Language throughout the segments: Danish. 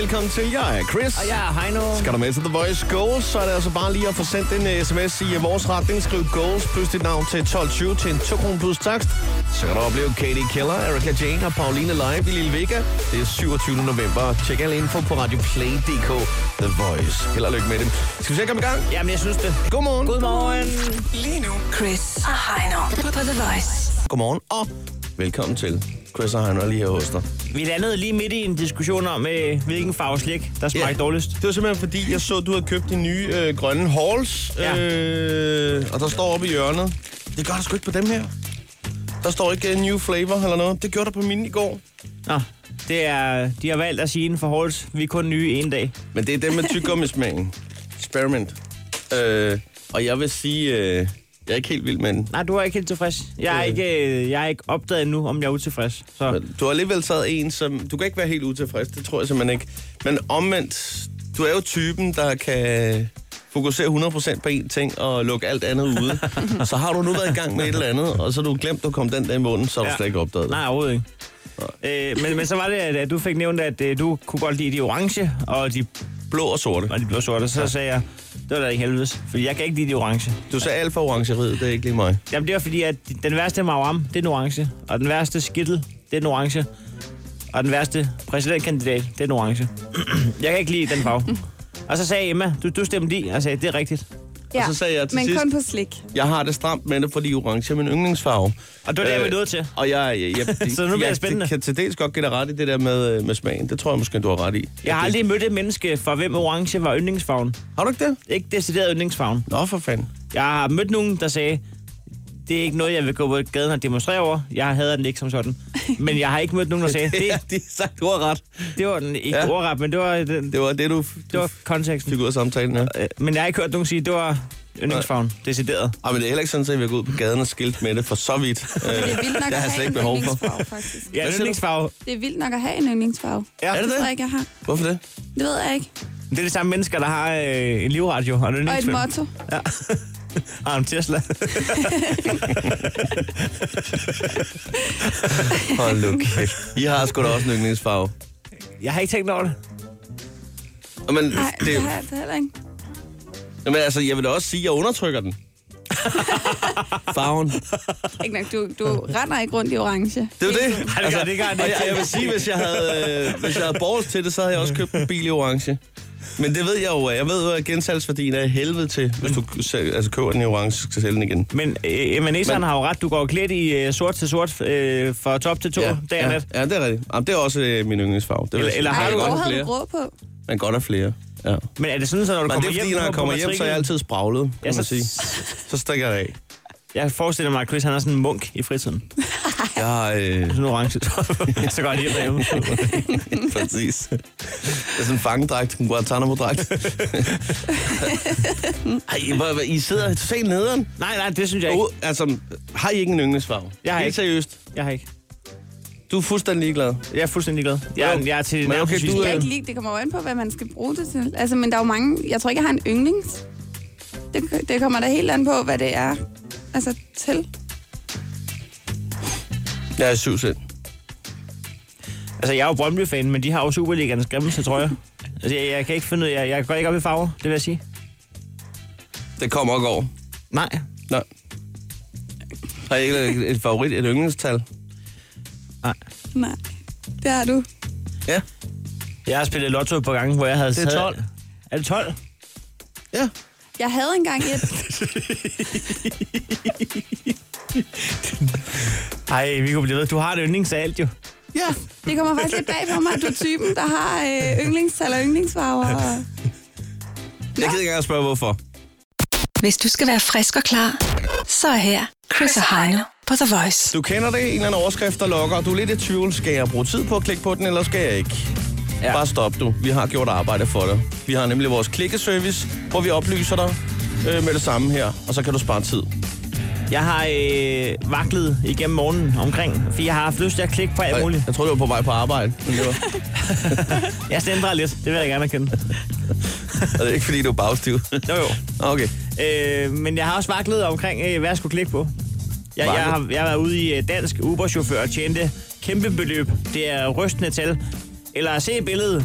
velkommen til. Jeg er Chris. Og jeg er Heino. Skal du med til The Voice Goals, så er det altså bare lige at få sendt en øh, sms i øh, vores retning. Skriv Goals plus dit navn til 12.20 til en 2 kroner plus takst. Så kan du opleve Katie Keller, Erika Jane og Pauline live i Lille Vega. Det er 27. november. Tjek alle info på radioplay.dk. The Voice. Held og lykke med det. Skal vi se at komme i gang? Jamen, jeg synes det. Godmorgen. Godmorgen. Lige nu, Chris og Heino på The Voice. Godmorgen og velkommen til. Chris og Heino er lige her hos dig. Vi landede lige midt i en diskussion om, øh, hvilken farve slik, der smagte yeah. dårligst. Det var simpelthen fordi, jeg så, at du havde købt de nye øh, grønne halls. Ja. Øh, og der står oppe i hjørnet. Det gør der sgu ikke på dem her. Der står ikke uh, new flavor eller noget. Det gjorde der på min i går. Nå, det er, de har valgt at sige inden for Halls, vi er kun nye en dag. Men det er dem med tyggegummismagen. Experiment. Øh, og jeg vil sige, øh, jeg er ikke helt vild med den. Nej, du er ikke helt tilfreds. Jeg er Øh. ikke, øh, jeg er ikke opdaget endnu, om jeg er utilfreds. Så Men Du har alligevel taget en, som... Du kan ikke være helt utilfreds, det tror jeg simpelthen ikke. Men omvendt, du er jo typen, der kan fokusere 100% på én ting og lukke alt andet ude. så har du nu været i gang med et eller andet, og så har du glemt, at du kom den der i munden, så har du Ja. slet ikke opdaget det. nej, overhovedet ikke. Øh, men, men så var det, at, at du fik nævnt, at øh, du kunne godt lide de orange og de, Blå og sorte. og de blå sorte. Så sagde jeg, det var da i helvedes, fordi jeg kan ikke lide de orange. Du sagde alfa orangeriet, det er ikke lige mig. Jamen, det var fordi, at den værste Mauam, det er den orange. Og den værste Skittel, det er den orange. Og den værste præsidentkandidat, det er den orange. jeg kan ikke lide den farve. Og så sagde Emma, du, du stemte i, og sagde, det er rigtigt. Og så sagde jeg til men sidst- kun på slik. Jeg har det stramt med det, fordi orange er min yndlingsfarve. Øh, Og det var det, jeg var nødt til. Og jeg, jeg, jeg, Så nu bliver det jeg, spændende. Jeg kan til dels godt give dig ret i det der med, øh, med smagen. Det tror jeg måske, du har ret i. Jeg har Det- aldrig mødt et menneske, for hvem orange var yndlingsfarven. Har du ikke det? Ikke decideret yndlingsfarven. Nå, for fanden. Jeg har mødt nogen, der sagde, det er ikke noget, jeg vil gå på gaden og demonstrere over. Jeg hader den ikke som sådan. Men jeg har ikke mødt nogen, der sagde, det, Ja, de har sagt, du har ret. det var den ikke Ja. ja. ordret, men det var, den, Det var det, du, det du var konteksten. fik ud af samtalen, ja. Øh, Men jeg har ikke hørt nogen sige, at det var yndlingsfarven, decideret. Ej, men det er heller ikke sådan, at vi har gået ud på gaden og skilt med det for så vidt. Øh, Det er vildt nok det at har jeg have slet en ikke behov for. yndlingsfarve, faktisk. Ja, Hvad siger yndlingsfarve. Det er vildt nok at have en yndlingsfarve. Ja. Er det Det tror jeg det? ikke, jeg har. Hvorfor det? Det ved jeg ikke. Det er de samme mennesker, der har øh, en livradio og en Og et yndlingsfilm. motto. Ja. og en Tesla. Hold nu kæft. I har sgu da også en yndlingsfarve. Jeg har ikke tænkt over det. Men, Nej, det, det har jeg det heller ikke. men altså, jeg vil da også sige, at jeg undertrykker den. Farven. Ikke nok, du, du render ikke rundt i orange. Det er jo det. gør- det gør han Altså, og ikke. Jeg, jeg vil sige, hvis jeg havde, øh, hvis jeg havde borgers til det, så havde jeg også købt en bil i orange. Men det ved jeg jo. øh, Jeg ved jo, at gensalgsværdien er i helvede til, hvis du kø- sælger- altså, køber den i orange, så skal sælge den igen. Men øh, emanæseren Men- har jo ret. Du går klædt i øh, sort til sort øh, fra top til to ja. dag og ja, nat. ja, det er rigtigt. Jamen, det er også øh, min yndlingsfarve. Det vil jeg Eller- sige. eller Man Ej, har kan du- godt have hvor har du flere. grå på? Man kan godt have flere, ja. Men er det sådan, at når du Men det kommer er hjem, fordi, når på- jeg på kommer hjem, så er jeg matriklen- altid spraglet, kan Ja, man så- sige. Så stikker jeg af. Jeg forestiller mig, at Chris han er sådan en munk i fritiden. Jeg, øh, Sådan en orange top. så går han hjem derhjemme. præcis. Det er sådan en fangedragt, en Guantanamo-dragt. Ej, hvor, hvor, I sidder totalt nederen. Nej, nej, det synes jeg ikke. Oh, altså, har I ikke en yndlingsfarve? Jeg har Helt ikke. seriøst. Jeg har ikke. Du er fuldstændig ligeglad. Jeg er fuldstændig glad. Jeg, Jo. jeg er til Men okay, nærmest du øh, Jeg er- kan ikke lide, det kommer jo an på, hvad man skal bruge det til. Altså, men der er jo mange... Jeg tror ikke, jeg har en yndlings. Det, det kommer da helt an på, hvad det er altså, til. Jeg er syv sind. Altså, jeg er jo Brøndby-fan, men de har jo Superligaens grimmeste trøjer. Altså, jeg, jeg kan ikke finde ud af, jeg, jeg går ikke op i farver, det vil jeg sige. Det kommer og går. Nej. Nej. Har I ikke et, et favorit, et yndlingstal? Nej. Nej, det har du. Ja. Jeg har spillet lotto på gange, hvor jeg havde... Det er 12. Er det 12? Ja. Jeg havde engang et... Ej, vi kunne blive ved. Du har et yndlings af alt, jo. Ja. Det kommer faktisk lidt bag på mig, at du er typen, der har øh, yndlingstal og yndlingsfarver. Og... Jeg gider ikke engang spørge, hvorfor. Hvis du skal være frisk og klar, så er her Chris og Heino på The Voice. Du kender det, en eller anden overskrift, der lokker, og du er lidt i tvivl. Skal jeg bruge tid på at klikke på den, eller skal jeg ikke? Ja. Ja. Bare stop du. Vi har gjort arbejde for dig. Vi har nemlig vores klikkeservice, hvor vi oplyser dig øh, med det samme her, og så kan du spare tid. Jeg har øh, vaklet igennem morgenen omkring, fordi jeg har haft lyst til at klikke på alt muligt. Jeg tror, du var på vej på arbejde. Men det var, Jeg stændrer lidt, det vil jeg gerne erkende. og det er ikke, fordi du er bagstiv. Jo, jo. okay. Øh, men jeg har også vaklet omkring, øh, hvad jeg skulle klikke på. Jeg, jeg, Vaklet? har, jeg har været ude i øh, dansk Uber-chauffør og tjente kæmpe beløb. Det er rystende tal. Eller se billedet.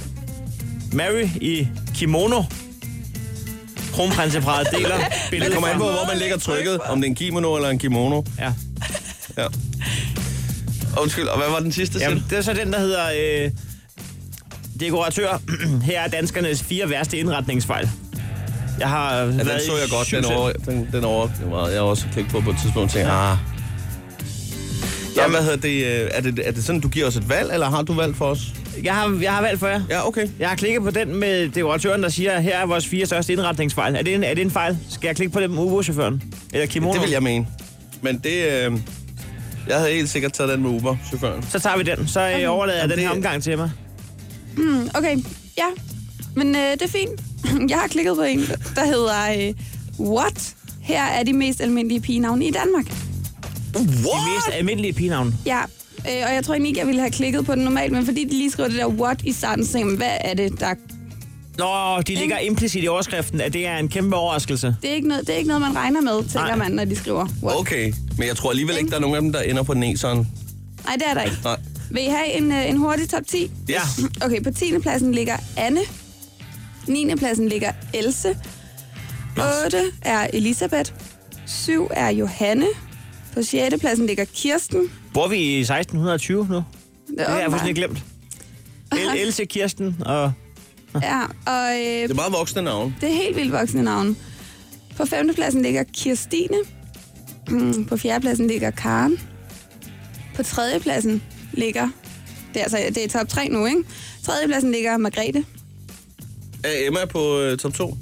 Mary i kimono. Kronprinseparet deler Det billedet kommer an på, fra- hvor man lægger trykket. Om det er en kimono eller en kimono. Ja. Ja. Undskyld, og hvad var den sidste? Jamen, Jamen. det er så den, der hedder øh, dekoratør. Her er danskernes fire værste indretningsfejl. Jeg har ja, Ja, Altså, den så jeg godt, den over, den, den over, den var, jeg også klikket på på et tidspunkt, tænkte, ah. Nå, Jamen. hvad hedder det, øh, er det, er det sådan, du giver os et valg, eller har du valgt for os? Jeg har, jeg har valgt for jer. Ja, okay. Jeg har klikket på den med dekoratøren, der siger, her er vores fire største indretningsfejl. Er det en, er det en fejl? Skal jeg klikke på den med Uber-chaufføren? Eller kimono? Det vil jeg mene. Men det, øh, jeg havde helt sikkert taget den med Uber, chaufføren. Så tager vi den. Så øh, overlader jeg Jamen, den her det- omgang til mig. Mm, Okay, ja. Men øh, det er fint. Jeg har klikket på en, der hedder... Øh, What? Her er de mest almindelige pigenavne i Danmark. De mest almindelige pigenavne. Ja, øh, og jeg tror egentlig ikke, jeg ville have klikket på den normalt, men fordi de lige skriver det der what i starten, så tænker jeg, hvad er det, der... Nå, de ligger implicit i overskriften, at det er en kæmpe overraskelse. Det er ikke noget, det er ikke noget man regner med, tænker Nej. man, når de skriver what. Okay, men jeg tror alligevel ikke, der er nogen af dem, der ender på næseren. Nej, det er der ikke. Nej. Vil I have en, øh, en hurtig top 10? Ja. Okay, på 10. pladsen ligger Anne. 9. pladsen ligger Else. 8 er Elisabeth. 7 er Johanne. På 6. pladsen ligger Kirsten. Bor vi i 1620 nu? Det har jeg fuldstændig glemt. El- Else, Kirsten og... Ja, og øh, Det er meget voksne navn. Det er helt vildt voksne navne. På femtepladsen ligger Kirstine. Mm, På fjerdepladsen ligger Karen. På tredjepladsen ligger... Det er, altså, det er top 3 nu, ikke? Tredjepladsen ligger Margrethe. Er Emma på øh, top 2?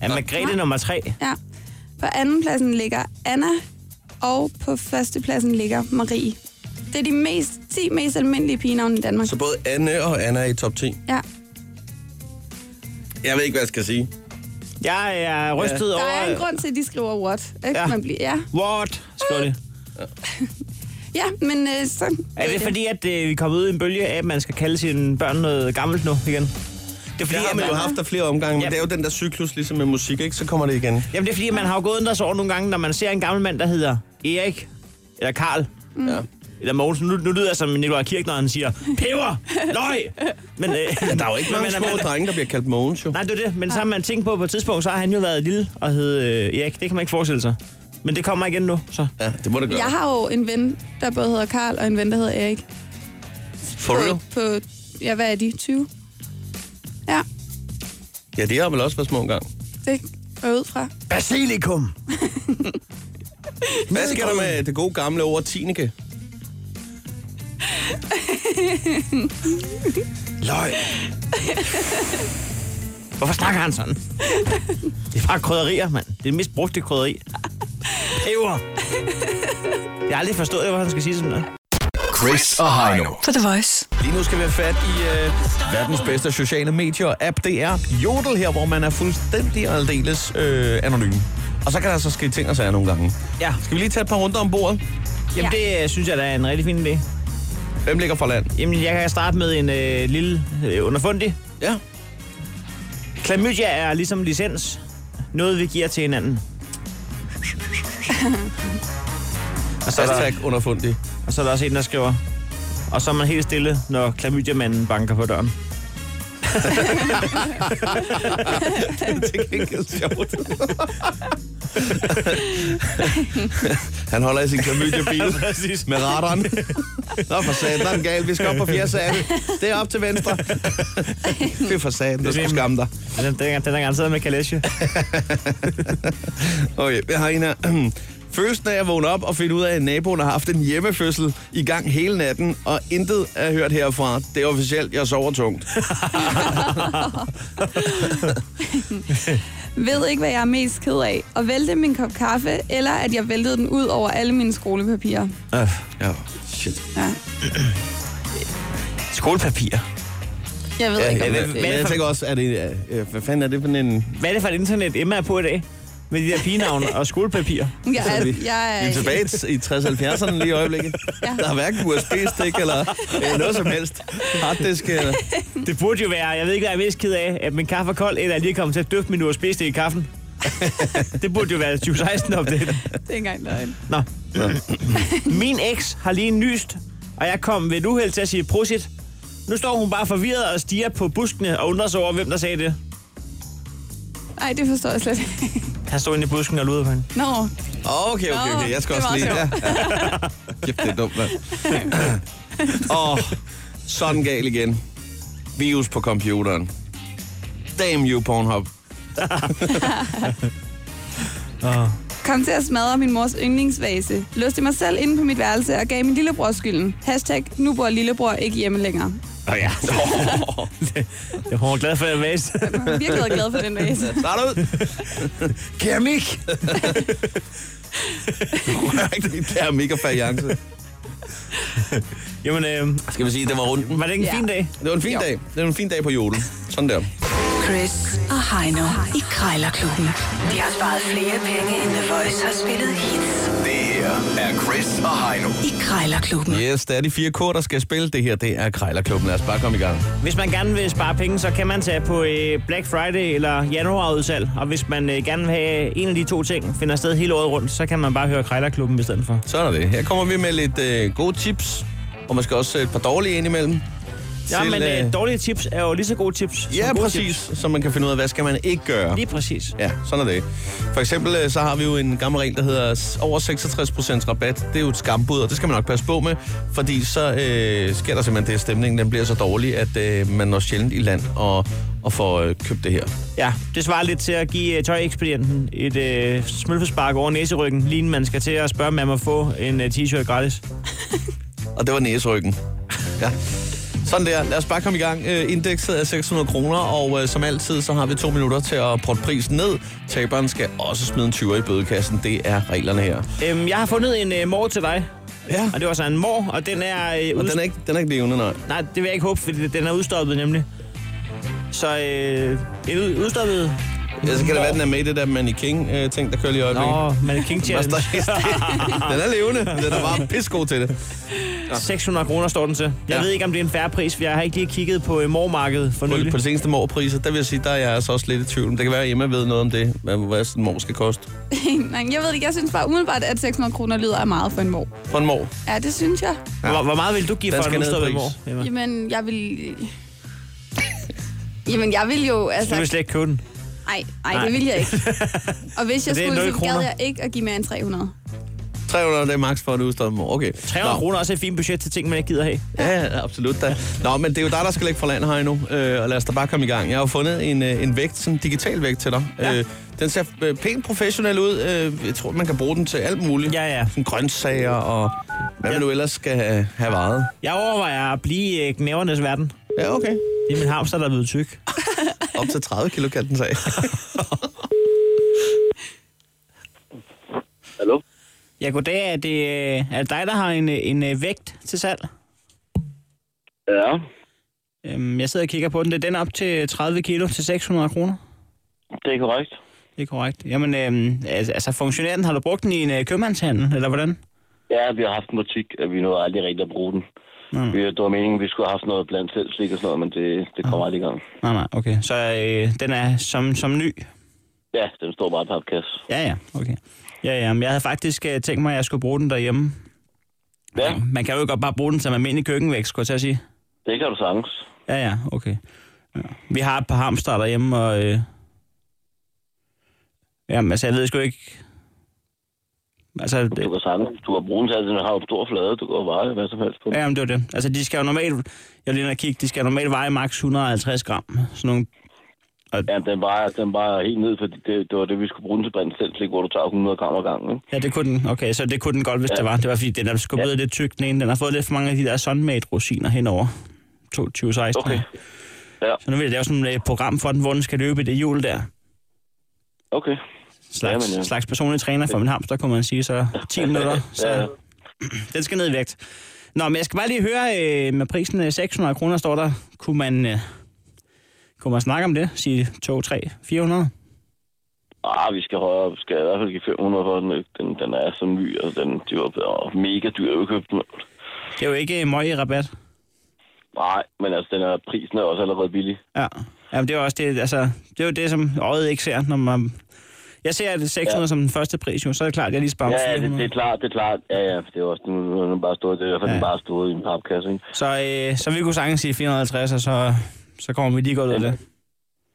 Er Margrethe nummer tre? Ja. På andenpladsen ligger Anna. Og på førstepladsen ligger Marie. Det er de mest, 10 mest almindelige pigenavne i Danmark. Så både Anne og Anna er i top 10. Ja. Jeg ved ikke, hvad jeg skal sige. Jeg er rystet Der over... er en grund til, at de skriver what. Ikke? Ja. Ja. Man bliver, ja. What? Skriver det. ja, men øh, så... Er det fordi, at øh, vi er kommet ud i en bølge af, at man skal kalde sine børn noget gammelt nu igen? Det er fordi, Det har at man jo haft der flere omgange, men Ja. det er jo den der cyklus, ligesom med musik, ikke? Så kommer det igen. Jamen, det er fordi, man har jo gået undret sig over nogle gange, når man ser en gammel mand, der hedder Erik, eller Karl, Mm. Ja. eller Mogensen. Nu, nu lyder jeg som Nikolaj Kirk, når han siger, peber, løg. Men, øh, ja, Der er jo ikke mange små drenge, der bliver kaldt Mogens, jo. Nej, det er det. Men så har man tænkt på, at på et tidspunkt, så har han jo været lille og hed øh, Erik. Det kan man ikke forestille sig. Men det kommer igen nu, så. Ja, det må det gøre. Jeg har jo en ven, der både hedder Karl og en ven, der hedder Erik. For real? På, på, ja, hvad er de? 20? Ja, Ja, det har vel også været små engang. det går ud fra. Basilikum. Hvad sker der med det gode gamle ord Tineke? Løg. Hvorfor snakker han sådan? Det er bare krydderier, mand. Det er det mest brugte krydderi. Peber. Jeg har aldrig forstået, hvorfor han skal sige sådan noget. Chris og Heino. På The Voice. Lige nu skal vi have fat i øh, verdens bedste sociale medier-app. Det er Jodel her, hvor man er fuldstændig og aldeles øh, anonym. Og så kan der så ske ting og sager nogle gange. Ja. Skal vi lige tage et par runder om bordet? Jamen, det øh, synes jeg, der er en rigtig fin idé. Hvem ligger for land? Jamen, jeg kan starte med en øh, lille øh, underfundig. Ja. Klamydia er ligesom licens. Noget, vi giver til hinanden. og, så er der, Hashtag underfundig. og så er der også en, der skriver... Og så er man helt stille, når klamydia-manden banker på døren. Det er ikke sjovt. Han holder i sin klamydia-bil Præcis. med radaren. Nå for satan, der er den gal. Vi skal op på fjerde sal. Det er op til venstre. Det er for satan, du skal du skamme dig. Den, den, den er garanteret med kalesje. Okay, jeg har en her. Følelsen af at vågne op og finde ud af, at naboen har haft en hjemmefødsel i gang hele natten, og intet er hørt herfra. Det er officielt, jeg sover tungt. Ved ikke, hvad jeg er mest ked af. At vælte min kop kaffe, eller at jeg væltede den ud over alle mine skolepapirer. Øh, Ah, Ja, shit. Ja. skolepapir. Jeg ved Ja, ikke, ja, om men, det men jeg tænker også, er det, øh, hvad fanden er det for en... Hvad er det for et internet, Emma er på i dag? Med de der pigenavn og skolepapir. jeg, er- jeg, Vi er er- tilbage i 60-70'erne lige i øjeblikket. Ja. Der er hverken USB-stik eller eller noget som helst. Harddisk øh, eller... Det burde jo være, jeg ved ikke, hvad jeg er mest ked af, at min kaffe er kold, eller at jeg lige er kommet til at døfte min usb i kaffen. det burde jo være 2016 om det. Det er ikke engang løgn. Nå. Min eks har lige nyst, og jeg kom ved et uheld til at sige prosit. Nu står hun bare forvirret og stiger på buskene og undrer sig over, hvem der sagde det. Nej, det forstår jeg slet ikke. Han stod inde i busken og ludede på hende. Nå, Okay, okay, okay. Jeg skal Nå, også det lige... var Ja. Kæft, det er dumt, mand. Åh, sådan gal igen. Virus på computeren. Damn you, Pornhub. kom til at smadre min mors yndlingsvase. Låste mig selv inde på mit værelse og gav min lillebror skylden. Hashtag, nu bor lillebror ikke hjemme længere. Nå ja. Jeg var glad for, at jeg vase. Jeg har virkelig været glad for den vase. Start ud. Keramik. Korrekt. Keramik og fajance. Jamen, øh, Skal vi sige, det var runden? var det ikke en Ja. fin dag? Det var en fin dag. Det var en fin dag på jorden. Sådan der. Chris og Heino i Krejlerklubben. De har sparet flere penge, end The Voice har spillet hits Det her er Chris og Heino. i Krejlerklubben. Yes, det er de fire kår, der skal spille det her. Det er Krejlerklubben. Lad os bare komme i gang. Hvis man gerne vil spare penge, så kan man tage på øh, Black Friday eller januarudsalg. Og hvis man øh, gerne vil have en af de to ting finder sted hele året rundt, så kan man bare høre Krejlerklubben i stedet for. Sådan er det. Her kommer vi med lidt øh, gode tips, og måske også et par dårlige indimellem. Ja, Til, men øh, øh, dårlige tips er jo lige så gode tips som Ja, gode præcis. Tips. Så man kan finde ud af, hvad skal man ikke gøre. Lige præcis. Ja, sådan er det. For eksempel øh, så har vi jo en gammel regel, der hedder s- over 66% rabat. Det er jo et skambud, og det skal man nok passe på med, fordi så øh, sker der simpelthen det, at stemningen den bliver så dårlig, at øh, man når sjældent i land og, og får øh, købt det her. Ja, det svarer lidt til at give øh, tøjekspedienten et øh, smølfespark over næseryggen, lige inden man skal til at spørge, om man må få en øh, t-shirt gratis. Og det var næseryggen. Ja. Sådan der. Lad os bare komme i gang. Øh, Indekset er 600 kroner, og øh, som altid, så har vi to minutter til at prøve prisen ned. Taberen skal også smide en 20 i bødekassen. Det er reglerne her. Øhm, jeg har fundet en øh, mor til dig, Ja. og det var så en mor, og den er... Øh, Ah. Og ud- den er ikke, den er ikke levende, nej. Nej, det vil jeg ikke håbe, fordi den er udstoppet nemlig. Så øh, en ud, udstoppet... Ja, så kan det være, mor. den er med i det der Manny King-ting, der kører lige i øjeblikket. Nå, man er King Der står Challenge. ikke stille. den er levende. Den er bare pissegod til det. 600 kroner står den til. Jeg Ja. ved ikke, om det er en færre pris, for jeg har ikke lige kigget på øh, mormarkedet for På, nylig. på de seneste morpriser, der vil jeg sige, der er jeg altså også lidt i tvivl. Men Det kan være, at Emma ved noget om det, hvad, hvad sådan en mor skal koste. Nej, jeg ved ikke, jeg synes bare umiddelbart, at 600 kroner lyder af meget for en mor. For en mor. Ja, det synes jeg. Hvor, hvor meget vil du give Den for en skal ned i udstoppet mor? pris. Emma? Jamen, jeg vil... Jamen, jeg vil jo... Altså, Du vil slet ikke købe den. nej, nej, Nej. det vil jeg ikke. Og hvis jeg Så det er skulle, nul så kroner. gad jeg ikke at give mere end 300. 300, det er maks for en udstoppet mor. Okay. 300 Nå. kroner er også et fint budget til ting, man ikke gider have. Ja, ja, absolut da. Nå, men det er jo dig, der skal lægge for land her endnu, øh, og lad os da bare komme i gang. Jeg har jo fundet en, øh, en vægt, sådan en digital vægt til dig. Ja. Øh, den ser øh, pænt professionel ud. Øh, jeg tror, man kan bruge den til alt muligt. Ja, ja. Sådan grøntsager og hvad Ja. man nu ellers skal have, have varet. Jeg overvejer at blive øh, knævernes verden. Ja, okay. Det er min hamster, der er blevet tyk. Op til 30 kilo kan den tage. Hallo? Ja, goddag. Er det, øh, er det dig, der har en, øh, en øh, vægt til salg? Ja. Øhm, jeg sidder og kigger på den. Det er den op til 30 kilo til 600 kroner. Det er korrekt. Det er korrekt. Jamen, øhm, altså, altså funktionerer den? Har du brugt den i en øh, købmandshandel, eller hvordan? Ja, vi har haft en butik, og vi nåede aldrig rigtig at bruge den. Mm. Vi, det var meningen, at vi skulle have haft noget blandt selv, og sådan noget, men det, det kommer aldrig i gang. Nej, nej, okay. Så øh, den er som, som ny? Ja, den står bare i papkasse. Ja, ja, okay. Ja, ja, men jeg havde faktisk øh, tænkt mig, at jeg skulle bruge den derhjemme. Ja, Man kan jo godt bare bruge den som almindelig køkkenvægt, skulle jeg til at sige. det kan du sagtens. Ja, ja, okay. Ja. Vi har et par hamster derhjemme, og... Øh... Jamen, altså, jeg ved sgu ikke... Altså, det... Du kan sagtens. Du kan bruge den til, alt. den har jo en stor flade, du kan jo veje hvad som helst på den. Ja, men det var det. Altså, de skal jo normalt... Jeg lige kigge, de skal normalt veje maks 150 gram. Sådan nogle... Ja, den vejer, den vejer helt ned, fordi det, det var det, vi skulle bruge den til blandt selv, hvor du tager 100 gram ad gangen. Ikke? Ja, det kunne den. Okay, så det kunne den godt, hvis ja. Ja. det var. Det var fordi, den er sgu blevet lidt tyk, den ene. Den har fået lidt for mange af de der sunmade-rosiner henover. 2016. Okay. Ja. Så nu vil jeg lave sådan et øh, program for den, hvor den skal løbe i det hjul der. Okay. Slags, Jamen, ja. ja. slags personlig træner for min hamster, kunne man sige. Så 10 minutter, så Ja, ja. den skal ned i vægt. Nå, men jeg skal bare lige høre, øh, med prisen øh, 600 kroner står der, kunne man, øh, kunne man snakke om det? Sige 2, 3, 400? Ah, vi skal højere op. Vi skal i hvert fald give 500 for den. ikke? Den, den er så ny, og den de var åh, mega dyr at udkøbe den. Det er jo ikke øh, møg i rabat. Nej, men altså, den er, prisen er også allerede billig. Ja. Jamen, det er jo også det, altså, det er jo det, som øjet ikke ser, når man... Jeg ser at 600 ja. som den første pris, jo, så er det klart, at jeg lige sparer Ja, ja det, 400. det, er klart, det er klart. Ja, ja, det er også nu, nu er den bare stået, det er derfor, ja. den bare stået i en papkasse, ikke? Så, øh, så vi kunne sagtens sige 450, og så, så kommer vi lige godt ud af det.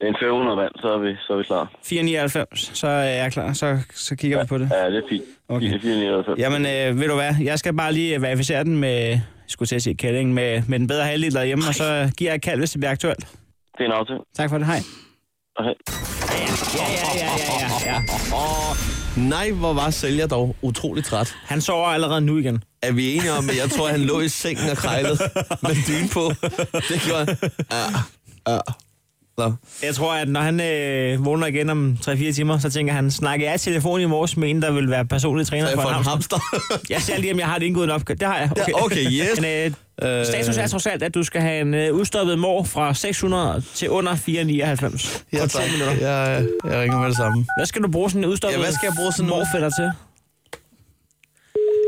En 500 mand, så er vi, så er vi klar. 499, så er jeg klar. Så, så kigger vi på det. Ja, det er fint. Okay. Okay. Det er fint, altså. Jamen, øh, ved du hvad? Jeg skal bare lige verificere den med, jeg skulle til at sige kælling, med, med den bedre halvdel derhjemme, og så giver jeg et kald, hvis det bliver aktuelt. Det er en aftale. Tak for det. Hej. Okay. Ja, ja, ja, ja, ja, ja. Nej, hvor var sælger dog utrolig træt. Han sover allerede nu igen. Er vi enige om, at jeg tror, han lå i sengen og krejlede med dyne på? Det gjorde han. Ja, ja. Nå. Jeg tror, at når han øh, vågner igen om 3-4 timer, så tænker han, snakker jeg i telefon i morges med en, der vil være personlig træner Så jeg for får en en hamster? hamster. Jeg ser lige, om jeg har det indgået en opgave. Det har jeg. Ja, okay, yes. Men, øh, Øh, status er trods alt, at du skal have en øh, udstoppet mor fra 600 til under 499. Ja, På tak. 10 minutter. Jeg, jeg ringer med det samme. Hvad skal du bruge sådan en udstoppet Ja, hvad skal jeg bruge sådan en- morfætter til?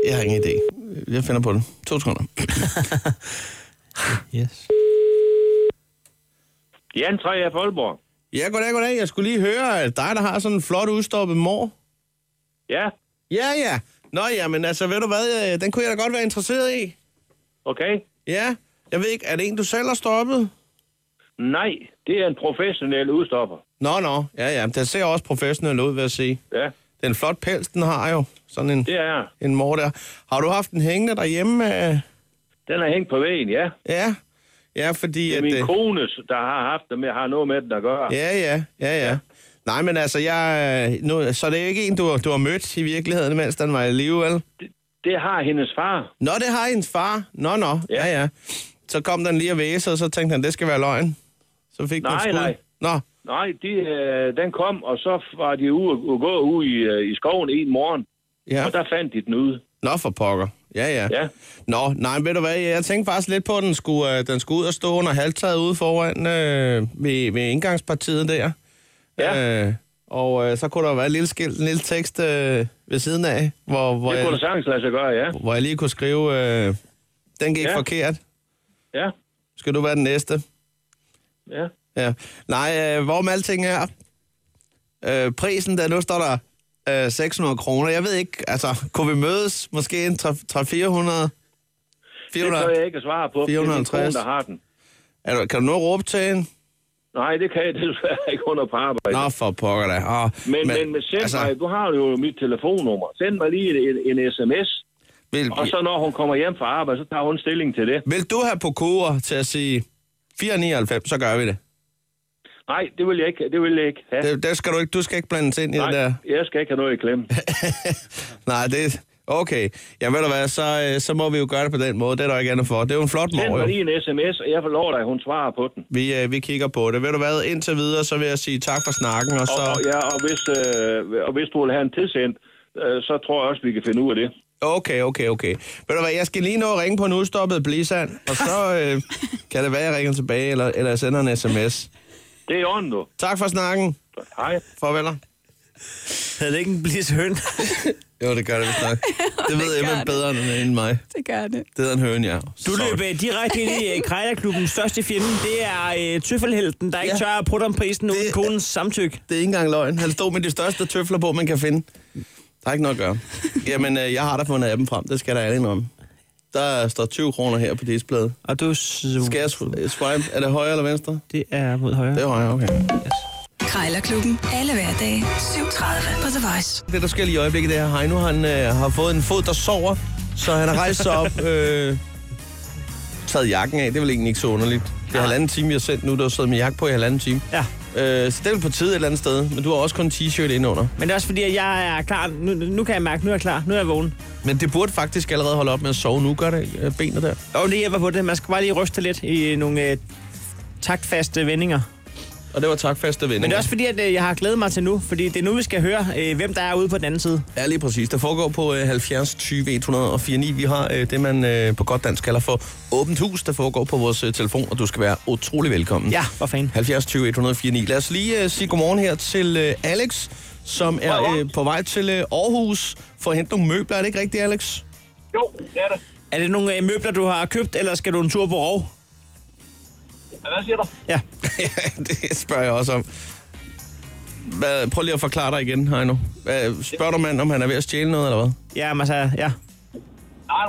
Jeg har ingen idé. Jeg finder på det. To sekunder. yes. Jan Træer Folborg. Ja, goddag, goddag. Jeg skulle lige høre at dig, der har sådan en flot udstoppet mor. Ja, Ja, ja. Nå ja, men altså, ved du hvad? øh, Den kunne jeg da godt være interesseret i. okay. Ja. Jeg ved ikke, er det en, du selv har stoppet? Nej, det er en professionel udstopper. Nå, nå. Ja, ja. Den ser også professionel ud, vil jeg sige. Ja, Det er en flot pels, den har jo. Sådan en, det er en mor der. Har du haft den hængende derhjemme? øh? Den er hængt på væggen, ja. Ja. Ja, fordi... Det er at, øh, min kone, der har haft den med, har noget med den at gøre. Ja, ja, ja, ja. Nej, men altså, jeg, øh, nu, så det er ikke en, du, du har mødt i virkeligheden, mens den var i live, vel? Det har hendes far. Nå, det har hendes far. Nå, nå, ja, ja. ja. Så kom den lige og væsede, og så tænkte han, det skal være løgn. Så fik den Nej, et skud. nej. Nå, Nej, de, øh, den kom, og så var de ude, ude, gå ud i, øh, i skoven en morgen, ja. og der fandt de den ude. Nå, for pokker. Ja, ja. Ja. Nå, nej, ved du hvad, jeg tænkte faktisk lidt på, at den skulle, øh, den skulle ud og stå under halvtaget ude foran øh, ved, ved indgangspartiet der. Ja. Øh, og øh, så kunne der være et lille skilt, en lille tekst øh, ved siden af, hvor, hvor, Det jeg, kunne du sagtens lade sig gøre, ja. hvor jeg lige kunne skrive, øh, den gik ja. Ja. forkert, Ja, skal du være den næste? ja. Ja. Nej, øh, hvor med alting er, øh, prisen der, nu står der øh, 600 kroner. Jeg ved ikke, altså, kunne vi mødes måske en 300-400? Det tør jeg ikke at svare på, for det er min 450. kone, der har den. Er du, kan du nu råbe til hende? Nej, det kan jeg desværre ikke under på arbejde. Nå, for pokker da. Oh, Men, men, men send altså... mig, du har jo mit telefonnummer. Send mig lige en, en, en sms, vil, og så når hun kommer hjem fra arbejde, så tager hun stilling til det. vil du have på koger til at sige 499, så gør vi det. Nej, det vil jeg ikke, det vil jeg ikke have. det. Det, skal du ikke, du skal ikke blandes ind i det der. Nej, jeg skal ikke have noget i klemme. Nej, det Okay. Ja, ved du hvad, så, øh, så må vi jo gøre det på den måde. Det er der ikke andet for. Det er jo en flot Send mor, mig jo. lige en sms, og jeg forlover dig, at hun svarer på den. Vi, øh, vi kigger på det. Ved du hvad, indtil videre, så vil jeg sige tak for snakken, og Og, og, så... ja, og, hvis, øh, og hvis du vil have en tilsendt, øh, så tror jeg også, vi kan finde ud af det. Okay, okay, okay. Ved du hvad, jeg skal lige nå at ringe på en udstoppet blisand, og så øh, kan det være, jeg ringer tilbage, eller, eller jeg sender en sms. Det er i orden, du. Tak for snakken. Hej. Farveler. Havde det ikke en blis høn? Jo, det gør det vist nok. Det ved Emma bedre end, end mig. Det gør det. Det hedder en høne, ja. Du løb øh, direkte ind i øh, Krejlerklubbens største fjende. Det er øh, tøffelhelten, der ikke Ja. tør at putte om prisen uden Det- konens samtykke. Det er ikke engang løgn. Han stod med de største tøfler på, man kan finde. Der er ikke noget at gøre. Jamen, øh, jeg har da fundet appen frem. Det skal der alle om. Der står 20 kroner her på displayen. Og du... s- Skal jeg sw- øh, swipe? Er det højre eller venstre? Det er mod højre. Det er højre, okay. Krejlerklubben. Alle hverdage 7.30. på The Voice. Det, der sker lige i øjeblikket, det er, at Heino han, øh, har fået en fod, der sover. Så han har rejst sig op, øh, taget jakken af. Det er vel egentlig ikke så underligt. Det er halvanden time, jeg har sendt nu, der har siddet med jakke på i halvanden time. Ja. Øh, så det er vel på tide et eller andet sted, men du har også kun en t-shirt indenunder. Men det er også fordi, at jeg er klar. Nu, nu kan jeg mærke, nu er jeg klar. Nu er jeg vågen. Men det burde faktisk allerede holde op med at sove nu, gør det øh, benet der. Jo, det hjælper på det. Man skal bare lige ryste lidt i nogle øh, taktfaste vendinger. Og det var takfaste vendinger. Men det er også fordi, at øh, jeg har glædet mig til nu. Fordi det er nu, vi skal høre, øh, hvem der er ude på den anden side. Ja, lige præcis. Det foregår på øh, 70 20 149. Vi har øh, det, man øh, på godt dansk kalder for åbent hus, der foregår på vores øh, telefon, og du skal være utrolig velkommen. Ja, hvor fanden. 70 20 149. Lad os lige øh, sige godmorgen her til øh, Alex, som er øh, på vej til øh, Aarhus for at hente nogle møbler. Er det ikke rigtigt, Alex? Jo, det er det. Er det nogle øh, møbler, du har købt, eller skal du en tur på rov? Hvad siger du? Ja. det spørger jeg også om. Hvad, prøv lige at forklare dig igen, Heino. Hvad, spørger du mand, om han er ved at stjæle noget, eller hvad? Jamen altså, ja. Nej,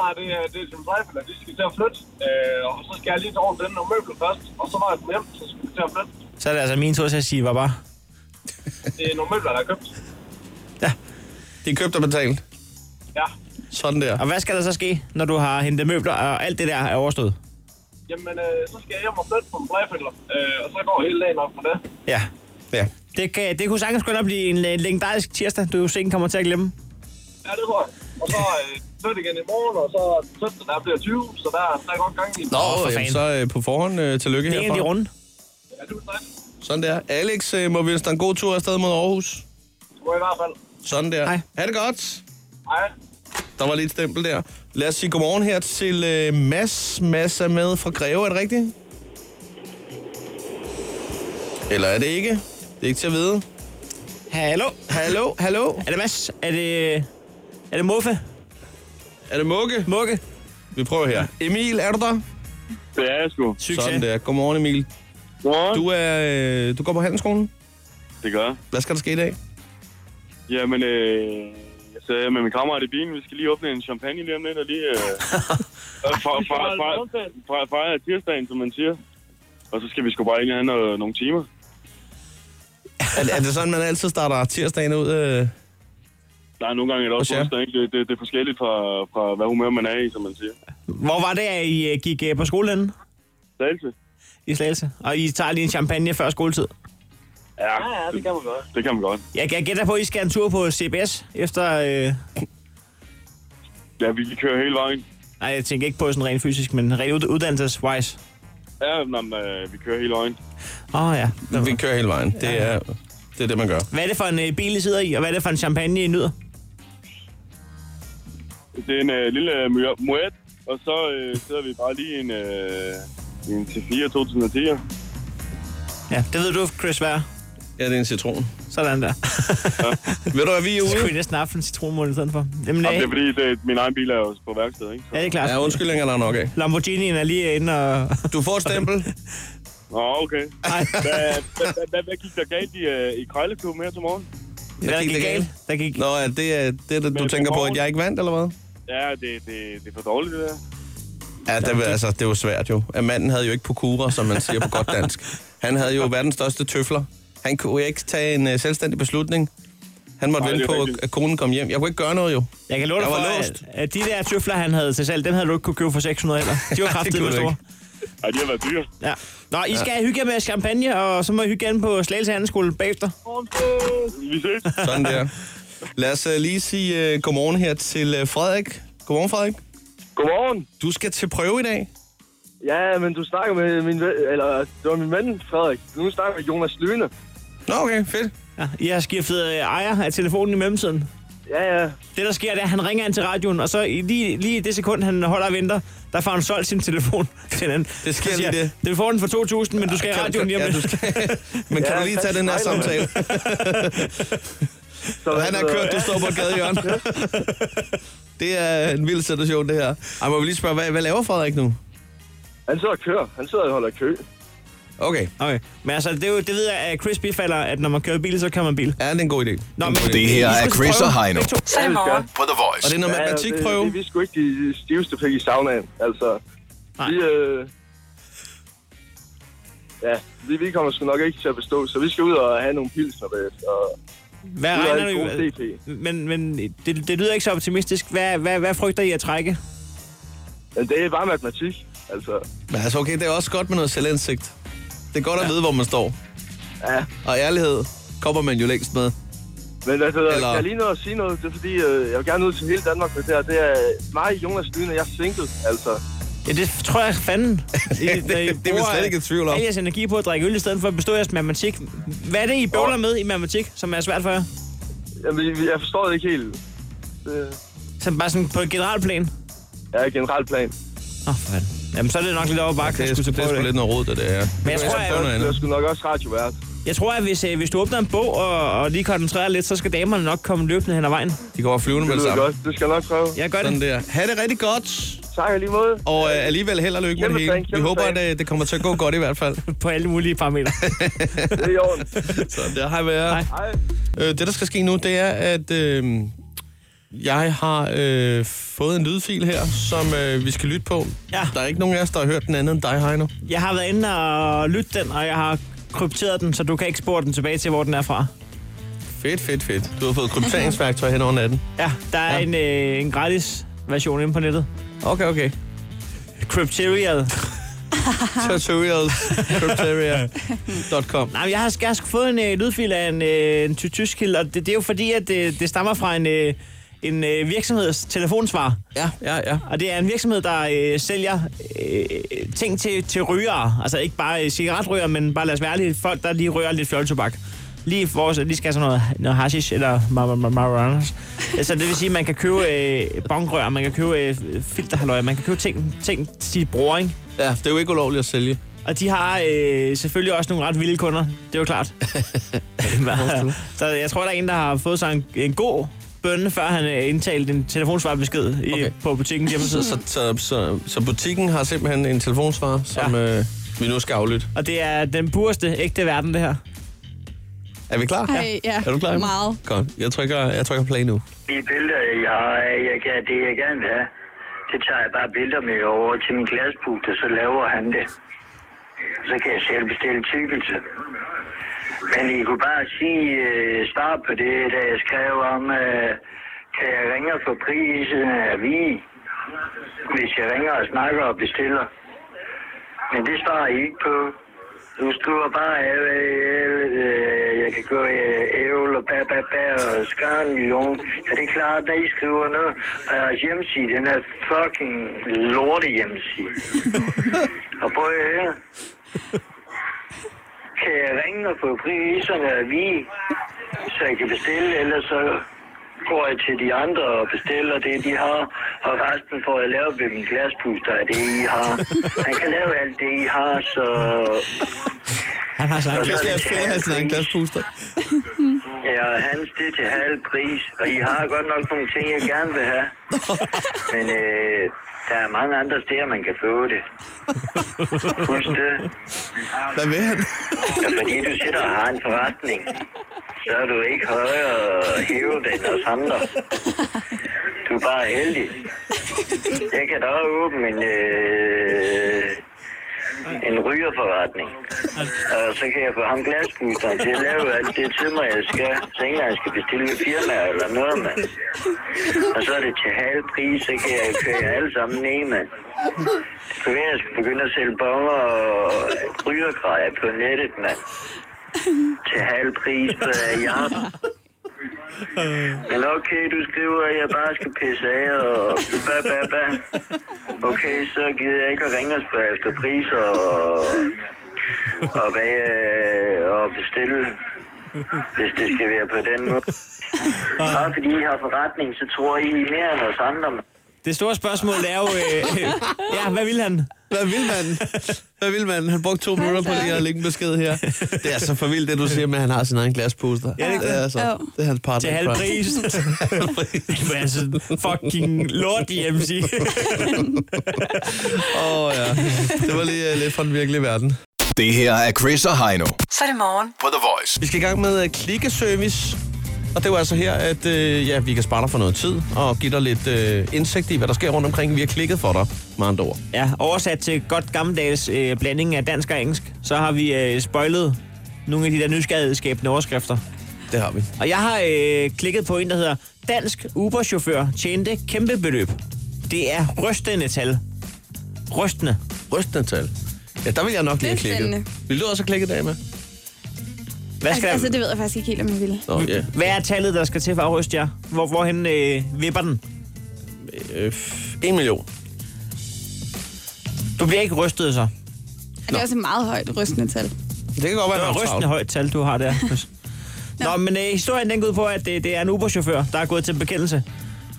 nej, det er, det er som Seifel, at de skal til at flytte. Øh, og så skal jeg lige over den nogle møbler først, og så var jeg hjem, så skal vi til at flytte. Så er det altså min tur til at sige, var bare. Det er nogle møbler, der er købt. Ja. Det er købt og betalt. Ja. Sådan der. Og hvad skal der så ske, når du har hentet møbler, og alt det der er overstået? Jamen, øh, så skal jeg hjem og flytte på en blæfælder, øh, og så går hele dagen op for det. Ja. Ja. Det, kan, det kunne sagtens godt blive en øh, legendarisk tirsdag, du sent kommer til at glemme. Ja, det tror jeg. Og så øh, flytte igen i morgen, og så søndag, der bliver 20, så der, der er godt gang i. Nå, Åh, for oh, jamen, fanden. så øh, på forhånd øh, tillykke Det er en af de herfra. runde. Ja, du er tak. Sådan der. Alex, øh, må vi ønske dig en god tur afsted mod Aarhus. Det må i hvert fald. Sådan der. Hej. Ha' det godt. Hej. Der var lige et stempel der. Lad os sige godmorgen her til øh, Mads. Mads er med fra Greve, er det rigtigt? Eller er det ikke? Det er ikke til at vide. Hallo? Hallo, hallo. Er det Mads? Er det... Er det Muffe? Er det Mugge? Mugge? Vi prøver her. Emil, er du der? Det er jeg sgu. Succes. Sådan der. Godmorgen, Emil. Godmorgen. Du, er, øh, du går på handelsskolen. Det gør jeg. Hvad skal der ske i dag? Jamen, øh, jeg sad med min kammerat i bilen. Vi skal lige åbne en champagne lige om lidt, og lige... Øh, fra, fra, fra, fra, fra, tirsdagen, som man siger. Og så skal vi sgu bare ind og have noget, nogle timer. Er, er det sådan, man altid starter tirsdagen ud? Øh? Nej, nogle gange er det også Hos jer? onsdag, ikke? Det, det, det er forskelligt fra, fra, hvad humør man er i, som man siger. Hvor var det, at I øh, gik øh, på skolen Det er altid. i Slagelse? Og I tager lige en champagne før skoletid? Ja, ja, det kan man godt. Det kan man godt. Jeg, jeg gætter på, at I skal en tur på CBS efter... Øh... Ja, vi kører hele vejen. Nej, jeg tænker ikke på sådan rent fysisk, men rent ud- uddannelses-wise. Ja, nå, men, øh, vi kører hele vejen. Åh oh, ja. Vi kører hele vejen. Det er, det er det, man gør. Hvad er det for en øh, bil, I sidder i, og hvad er det for en champagne, I nyder? Det er en øh, lille øh, Mu- Moet, og så øh, sidder vi bare lige i en, øh, i en T4 2010'er. Ja, det ved du, Chris, hvad er. Ja, det er en citron. Sådan der. Ved du, hvad vi er Så kunne ude? I næsten have haft en citronmål i stedet for. Jamen, Jamen, det er øh, fordi, det, min egen bil er jo på værksted, ikke? Så. ja, det er klart. Ja, undskyldninger der er nok af. Lamborghinien er lige inde og... Du får et stempel. Nå, okay. Nej, Hvad, hvad, hvad, hvad, hvad gik der galt i, øh, i Krejleklubben her til morgen? der gik gik det galt. galt? Der gik... Nå, er det er det, det, du Men tænker på, godmorgen. at jeg ikke vandt, eller hvad? Ja, det, det, det er for dårligt, det der. Ja, det, var- altså, det var svært jo. At manden havde jo ikke pokura, som man siger på godt dansk. Han havde jo verdens største tøfler. Han kunne ikke tage en uh, selvstændig beslutning. Han måtte Nej, vente det er på, rigtigt. at konen kom hjem. Jeg kunne ikke gøre noget jo. Jeg kan love dig Jeg for, var at, låst. at, de der tøfler, han havde til salg, dem havde du ikke kunne købe for 600 heller. De var kraftigt kunne med du store. Ej, de har været dyre. Ja. Nå, I skal hygge jer med champagne, og så må I hygge jer inde på Slagelse Handelsskole bagefter. Vi ses. Sådan der. Lad os uh, lige sige uh, godmorgen her til uh, Frederik. Godmorgen, Frederik. Godmorgen. Du skal til prøve i dag. Ja, men du snakker med min ven, eller det var min ven, Frederik. Nu snakker jeg med Jonas Lyne. Nå, okay, fedt. Ja, I har skiftet øh, ejer af telefonen i mellemtiden. Ja, ja. Det, der sker, det er, at han ringer ind til radioen, og så i- lige, lige i det sekund, han holder og venter, der får han solgt sin telefon til den. Det sker Så lige siger, det. Det får den for 2.000, men du skal i Kan- radioen lige om ja, du lidt. skal. Men kan Ja, du lige tak tage den her til dig, samtale? Så, Han har kørt, du står på et gadehjørne. Det er en vild situation, det her. Ej, må vi lige spørge, hvad, hvad laver Frederik nu? Han sidder og kører. Han sidder og holder kø. Okay, Okay. Men altså, det, er jo, det ved jeg, at Chris bifalder, at når man kører bil, så kører man bil. er det en god idé? Nå, En men- god idé. Det her I er skal Chris prøve. og Heino Begge to. Så er det morgen. på The Voice. Og det er noget Ja, matematikprøve? det, det, vi er sgu ikke de stiveste pik i saunaen, altså. Nej. Vi, øh, ja, vi, vi kommer sgu nok ikke til at bestå, så vi skal ud og have nogle pilsner bagefter. Og Hvad ud og regner have en god du? DP. Men, men det, det lyder ikke så optimistisk. Hvad, hvad, hvad frygter I at trække? Men det er bare matematik, altså. Men altså, okay, det er også godt med noget selvindsigt. Det er godt at vide, hvor man står. Ja, Og ærlighed kommer man jo længst med. men hvad hedder, Eller- Eller... kan jeg lige nå at sige noget? Det er fordi, øh, jeg vil gerne ud til hele Danmark med det her. Det er mig, Jonas Lyne, og jeg er single, altså. Ja, det tror jeg fanden. I, Det- når I det er vi bruger slet ikke i tvivl om. Al jeres energi på at drikke øl i stedet for at bestå jeres matematik. Hvad er det, I bøvler med i matematik, som er svært for jer? Jamen, jeg forstår det ikke helt. Det Som bare sådan på et generelt plan? er et generelt plan. Åh, oh, for fanden. Jamen, så er det nok lidt over bakke. Det er, at sgu- skulle det er til sgu prøve lidt noget rod, det der. er. Men jeg Det tror, er jeg- prøve noget Jeg er andet. sgu nok også radiovært. Jeg tror, at hvis, øh, hvis du åbner en bog og, og lige koncentrerer lidt, så skal damerne nok komme løbende hen ad vejen. De går flyvende med Det det lyder samme. godt. Det skal jeg nok prøve. Jeg gør det. Sådan der. Ha' det rigtig godt. Tak og lige måde. Og øh, alligevel held og lykke med det Kæmpe hele. fan, Vi kæmpe håber, fan. at øh, det kommer til at gå godt i hvert fald. På alle mulige parametre. Det er i orden. Så det har været. Hej. Øh, det, der skal ske nu, det er, at øh, jeg har øh, fået en lydfil her, som øh, vi skal lytte på. Ja. Der er ikke nogen af os, der har hørt den anden end dig, Heino. Jeg har været inde og lyttet den, og jeg har krypteret den, så du kan ikke spore den tilbage til, hvor den er fra. Fedt, fedt, fedt. Du har fået krypteringsværktøj hen over natten. Ja, der er Ja. ja. En, øh, en gratis version inde på nettet. Okay, okay. Crypterial. Tutorialscrypteria.com Nej, men jeg har, jeg har sgu fået en øh, lydfil af en, øh, en ty- tysk kilde, og det, det er jo fordi, at det, det stammer fra en, øh, en øh, virksomheds telefonsvar. Ja, ja, ja. Og det er en virksomhed, der øh, sælger øh, ting til, til rygere. Altså ikke bare øh, cigaretryger, men bare lad os være ærlige, folk, der lige rører lidt fjolletobak. Lige, for, lige skal have sådan noget, noget hashish eller marijuana. Altså det vil sige, at man kan købe øh, bongrør, man kan købe øh, filterhaløjer, man kan købe ting, ting de bruger, ikke? Ja, det er jo ikke ulovligt at sælge. Og de har øh, selvfølgelig også nogle ret vilde kunder, det er jo klart. så jeg tror, der er en, der har fået sig en, en god bønne, før han øh, indtalte en telefonsvarbesked i, Okay. okay. på butikken hjemmeside. Så, så, så, så butikken har simpelthen en telefonsvarer, som ja. øh, vi nu skal aflytte. Og det er den pureste ægte verden, det her. Er vi klar? Ej, ja. Er du klar? Emma? Meget. Godt. Jeg trykker, jeg trykker play nu. De billeder, jeg har, af, jeg kan, det jeg gerne vil have, det tager jeg bare billeder med over til min glaspulte, så laver han det. Så kan jeg selv bestille tykkelse. Men I kunne bare sige, øh, svar på det, da jeg skrev om, øh, kan jeg ringe for prisen af vin, hvis jeg ringer og snakker og bestiller. Men det svarer I ikke på. Du skriver bare, at jeg kan gå øh, ævl og bæ, bæ, bæ, og skar en million. Ja, det er klart, at I skriver noget. Og jeres hjemmeside, den er fucking lorte hjemmeside. og prøv at høre. Kan jeg ringe og få priserne af vi, så jeg kan bestille, ellers så går jeg til de andre og bestiller det, de har, og resten får jeg lavet ved min glaspuster af det, I har. Han kan lave alt det, I har, så... Han har sagt, Jeg skal finde hans egen glaspuster. Ja, hans, det er til halv pris, og I har godt nok nogle ting, jeg gerne vil have. Men øh, der er mange andre steder, man kan få det. Husk det. Hvad vil han? Ja, fordi du sidder og har en forretning, så er du ikke højere at hæve den og andre. Du er bare heldig. Jeg kan da også åbne en, øh, en rygerforretning. Og så kan jeg få ham glasbusteren til at lave alt det tømmer, jeg skal. Så ikke engang jeg skal bestille ved firma eller noget, mand. Og så er det til halv pris, så kan jeg køre jer alle sammen ned, mand. Det kunne være, jeg skulle begynde at sælge bonger og rygergrejer på nettet, mand. Til halv pris på jern. Men okay, du skriver, at jeg bare skal pisse af og ba, ba, ba. Okay, så gider jeg ikke at ringe og spørge efter priser og, og, hvad, øh, og bestille, hvis det skal være på den måde. Bare fordi I har forretning, så tror I I er mere end os andre. mand. det store spørgsmål er jo, øh, ja, hvad vil han? Hvad vil man? Hvad vil man? Han brugte to minutter på lige at lægge en besked her. Det er så for vildt, det du siger med, at han har sin egen glaspuster. Ja, det, er, altså, Ja. det er hans partner. Til halv pris. Men altså, fucking lort i MC. Åh oh, ja, det var lige uh, lidt fra den virkelige verden. Det her er Chris og Heino Så er det morgen. på The Voice. Vi skal i gang med uh, klikkeservice. Og det var altså her, at øh, ja, vi kan spare dig for noget tid og give dig lidt øh, indsigt i, hvad der sker rundt omkring. Vi har klikket for dig, med andre ord. ja, oversat til godt gammeldags øh, blanding af dansk og engelsk, så har vi øh, spoilet nogle af de der nysgerrighedsskabende overskrifter. Det har vi. Og jeg har øh, klikket på en, der hedder Dansk Uber-chauffør tjente kæmpe beløb. Det er rystende tal. Rystende. Rystende tal. Ja, der vil jeg nok lige have Det er klikket. spændende. Vil du også have klikket af med? Hvad skal Altså, der- altså, det ved jeg faktisk ikke helt, om jeg ville. Nå, ja. Hvad er tallet, der skal til for at ryste jer? Hvor, hvorhen øh, vipper den? Øh, en million. Du bliver ikke rystet så. Det er også et meget højt rystende tal. Det kan godt Det være, er et at rystende rystende højt tal, du har der. Nå, men øh, historien den går ud på, at øh, det er en Uber-chauffør, der er gået til bekendelse.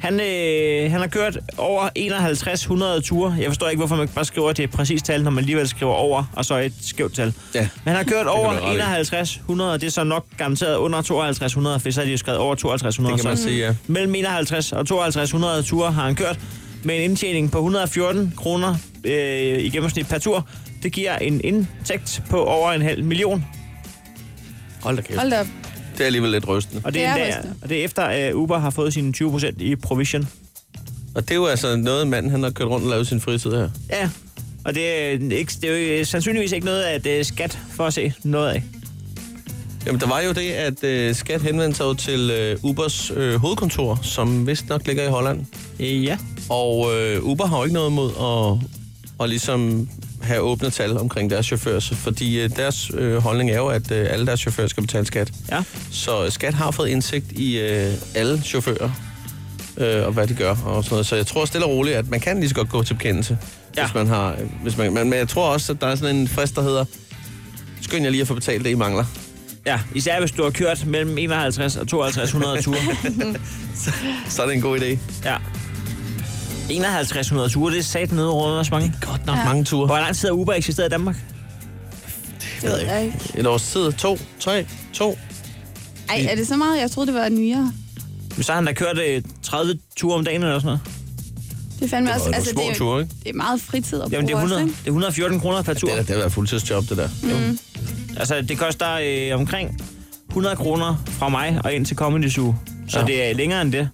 Han, øh, han har kørt over 5100 ture. Jeg forstår ikke, hvorfor man ikke bare skriver det præcist tal, når man alligevel skriver over, og så et skævt tal. Ja, Men han har kørt du over have ret i. 5100, og det er så nok garanteret under 5200, for så har de jo skrevet over 5200. Det kan man så sige, ja. Mellem 51 og 5200 ture har han kørt. med en indtjening på 114 kroner øh, i gennemsnit per tur. Det giver en indtægt på over en halv million. Hold da kæft. Hold da op. Det er alligevel lidt rystende. Og det, er Det er endda, rystende. og det er efter, øh, Uber har fået sine 20% i provision. Og det er jo altså noget, manden han har kørt rundt og lavet i sin fritid her. Ja, og det er, øh, ikke, det er jo øh, sandsynligvis ikke noget, at øh, skat får at se noget af. Jamen, der var jo det, at øh, Skat henvendte sig jo til øh, Ubers øh, hovedkontor, som vist nok ligger i Holland. Øh, Ja. Og øh, Uber har jo ikke noget mod at, at ligesom have åbne tal omkring deres chauffører, så- fordi øh, deres øh, holdning er jo, at øh, alle deres chauffører skal betale skat. Ja. Så øh, skat har fået indsigt i øh, alle chauffører, øh, og hvad de gør og sådan noget. Så jeg tror stille og roligt, at man kan lige så godt gå til bekendelse, Ja. ja. hvis man har... øh, Hvis man, men, men jeg tror også, at der er sådan en frist, der hedder, skynd jer lige at få betalt det, I mangler. Ja, især hvis du har kørt mellem 51 og 5200 ture. Så er det en god idé. Ja. 5100 ture, det er sat nede rundt også mange. Godt nok ja. mange ture. Hvor lang tid har Uber eksisteret i Danmark? Det ved jeg ikke. Et års tid. To, tre, to. Ej, er det så meget? Jeg troede, det var nyere. Men Så har han da kørt øh, 30 ture om dagen eller sådan noget. Det er fandme også... nogle Altså, små det, er, jo- ture, ikke? det er meget fritid at Jamen, det er, bruge 100, også, det er 114 kroner per tur. Det er da været fuldtidsjob, det der. Mm. Altså, det koster øh, omkring 100 kroner fra mig og ind til Comedy Zoo. Så Ja. ja. det er længere end det.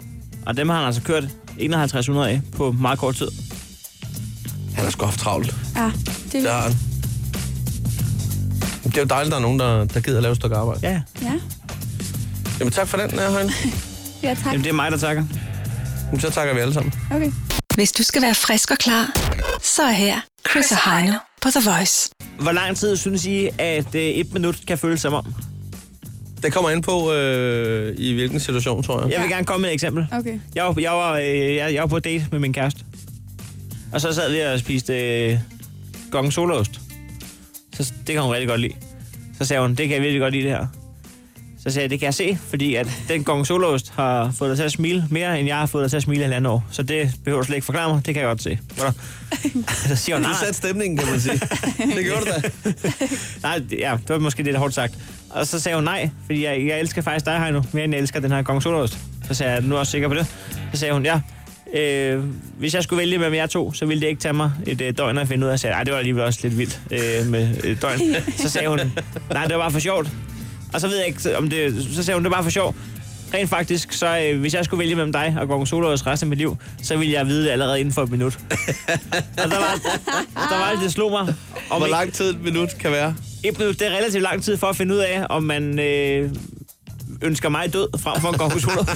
Og dem har han altså kørt 5100 af på meget kort tid. Han har sgu haft travlt. ikke? Ja, det Det er har han. Det er jo dejligt, der er nogen, der, der gider at lave et stykke arbejde. Ja. Ja, Ja, Jamen tak for den, øh, Højen. ja tak. Jamen, det er mig, der takker. Jamen, Så takker vi alle sammen. Okay. Hvis du skal være frisk og klar, så er her Chris og Heino på The Voice. Hvor lang tid synes I, at øh, et minut kan føles som om? Det kommer ind på, øh, i hvilken situation, tror jeg. Jeg vil gerne komme med et eksempel. Okay. Jeg var, jeg var, øh, jeg, jeg var på date med min kæreste. Og så sad vi og spiste øh, gong solost. Så det kan hun rigtig godt lide. Så sagde hun, det kan jeg virkelig godt lide det her. Så sagde jeg, det kan jeg se, fordi at den gong solost har fået dig til at smile mere, end jeg har fået dig til at smile i halvandet år. Så det behøver du slet ikke forklare mig, det kan jeg godt se. Hvordan? så siger hun, nej, Du nej, satte stemningen, kan man sige. Det gjorde du da. nej, det- ja, det var måske lidt hårdt sagt. Og så sagde hun nej, fordi jeg, jeg elsker faktisk dig, Heino, mere end jeg elsker den her gong solost. Så sagde jeg, er du nu også sikker på det? Så sagde hun, ja. Øh, hvis jeg skulle vælge mellem jer to, så ville det ikke tage mig et øh, døgn at finde ud af. Så sagde, jeg, "Ej, det var alligevel også lidt vildt øh, med et døgn. Så sagde hun, nej, det var bare for sjovt. Og så ved jeg ikke, om det... Så sagde hun, det var bare for sjovt. Rent faktisk, så øh, hvis jeg skulle vælge mellem dig og Gong Solos resten af mit liv, så ville jeg vide det allerede inden for et minut. og der var, der var alt, det slog mig. Om Hvor ikke- lang tid et minut kan være. et minut, det er relativt lang tid for at finde ud af, om man øh, ønsker mig død frem for en konklusion.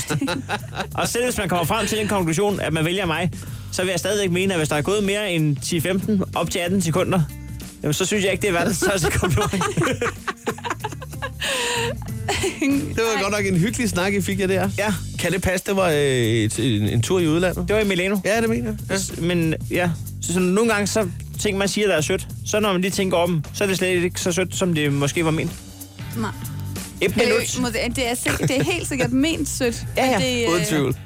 og selv hvis man kommer frem til den konklusion, at man vælger mig, så vil jeg stadigvæk mene, at hvis der er gået mere end 10-15 op til 18 sekunder, jamen, så synes jeg ikke, det er verdens største kompliment. Det var godt nok en hyggelig snak, I fik jer der. ja, Kan det passe, det var øh, et, en, en tur i udlandet? det var i Milano. Ja, det mener jeg. Ja. Ja. Men ja, så sådan, nogle gange så ting, man siger, der er sødt, så når man lige tænker over dem, så er det slet ikke så sødt, som det måske var ment. Nej. Et Men minut. det, Øh, må det, det, er, sikkert, det er helt sikkert ment sødt. Ja, ja. men Det, øh, Uden tvivl.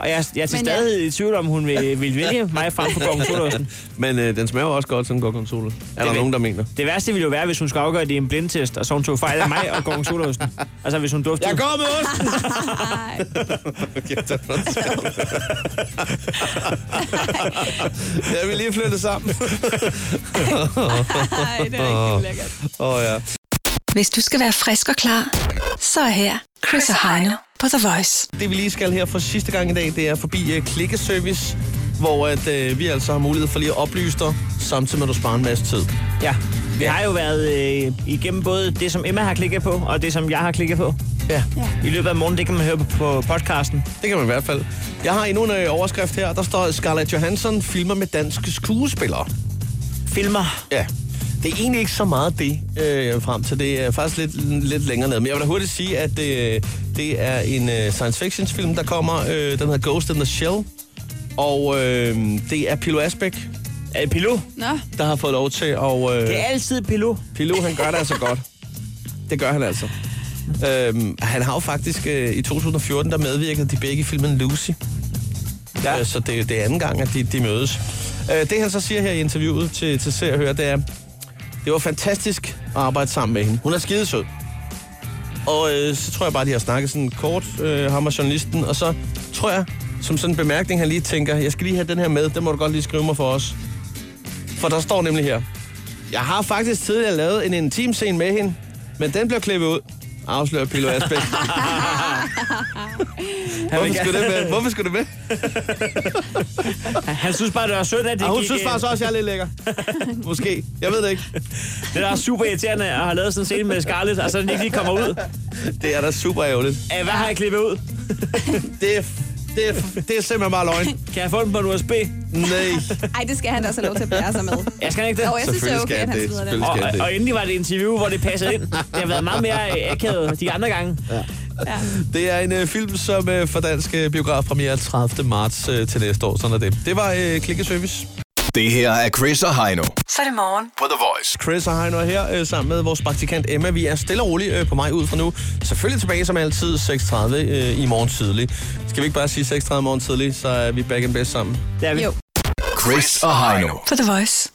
Og jeg, jeg er til Men ja. stadig i tvivl om, hun vil, vil vælge mig frem for konklusionen. Men øh, den smager jo også godt, sådan går konsoler. Er der ved- nogen, der mener? Det værste ville jo være, hvis hun skulle afgøre det i en blindtest, og så hun tog fejl af mig og Gordon Solosten. Altså, hvis hun duftede. går med os! Nej, Jeg vil lige flytte sammen. nej, det er ikke lækkert. Åh oh, ja. Hvis du skal være frisk og klar, så er her Chris og Heino på The Voice. Det vi lige skal her for sidste gang i dag, det er forbi uh, klikkeservice, hvor at, uh, vi altså har mulighed for lige at oplyse dig, samtidig med at du sparer en masse tid. Ja. Vi Ja. har jo været øh, igennem både det, som Emma har klikket på, og det, som jeg har klikket på. Ja, I løbet af morgenen, det kan man høre på, på podcasten. det kan man i hvert fald. Jeg har endnu en uh, overskrift her, der står Scarlett Johansson filmer med danske skuespillere. Filmer. Ja. Det er egentlig ikke så meget det, øh, jeg vil frem til. Det er faktisk lidt, lidt længere ned. Men jeg vil da hurtigt sige, at øh, det er en øh, science fiction film, der kommer. Øh, den hedder Ghost in the Shell. Og øh, det er Pilo Asbæk, Øh, Pilo. Nå, der har fået lov til at... Øh, Det er altid Pilo. Pilo, han gør det altså godt. Det gør han altså. Øhm, han har jo faktisk øh, i 2014, der medvirkede de begge i filmen Lucy. Ja. Øh, så det, det er anden gang, at de, de mødes. Øh, det han så siger her i interviewet til, til Se og Hør, det er, det var fantastisk at arbejde sammen med hende. Hun er skidesød. Og øh, så tror jeg bare, de har snakket sådan kort, øh, ham og journalisten, og så tror jeg, som sådan en bemærkning, han lige tænker, jeg skal lige have den her med, den må du godt lige skrive mig for os. For der står nemlig her, jeg har faktisk tidligere lavet en intim scene med hende, men den blev klippet ud. Afslører Pilo Asbæk. Hvorfor skulle det øh, med? Hvorfor skulle det med? Han synes bare, det var sødt, at det Og Ah, hun gik, synes øh, faktisk også, at jeg er lidt lækker. Måske. Jeg ved det ikke. Det er super irriterende at have lavet sådan en scene med Scarlett, og så den ikke lige kommer ud. Det er da super ærgerligt. Æh, hvad har jeg klippet ud? Det er, f- det er, f- det er simpelthen bare løgn. Kan jeg få den på en USB? Nej. Ej, det skal han også have lov til at bære sig med. Jeg skal ikke det. Og jeg synes, det er Selvfølgelig skal okay, at han han det. smider den. Selvfølgelig Og, skal han det. og endelig var det et interview, hvor det passede ind. Det har været meget mere øh, akavet de andre gange. Det er en øh, film, som øh, for dansk øh, biograf premiere 30. marts øh, til næste år. Sådan er det. Det var øh, Klikkeservice. Det her er Chris og Heino Så er det morgen. på The Voice. Chris og Heino er her øh, sammen med vores praktikant Emma. Vi er stille og roligt øh, på mig ud fra nu. Selvfølgelig tilbage som altid 6.30 øh, i morgen tidlig. Skal vi ikke bare sige 6.30 i morgen tidlig, så er vi back and best sammen? Det er vi. Jo. Chris og Heino. På The Voice.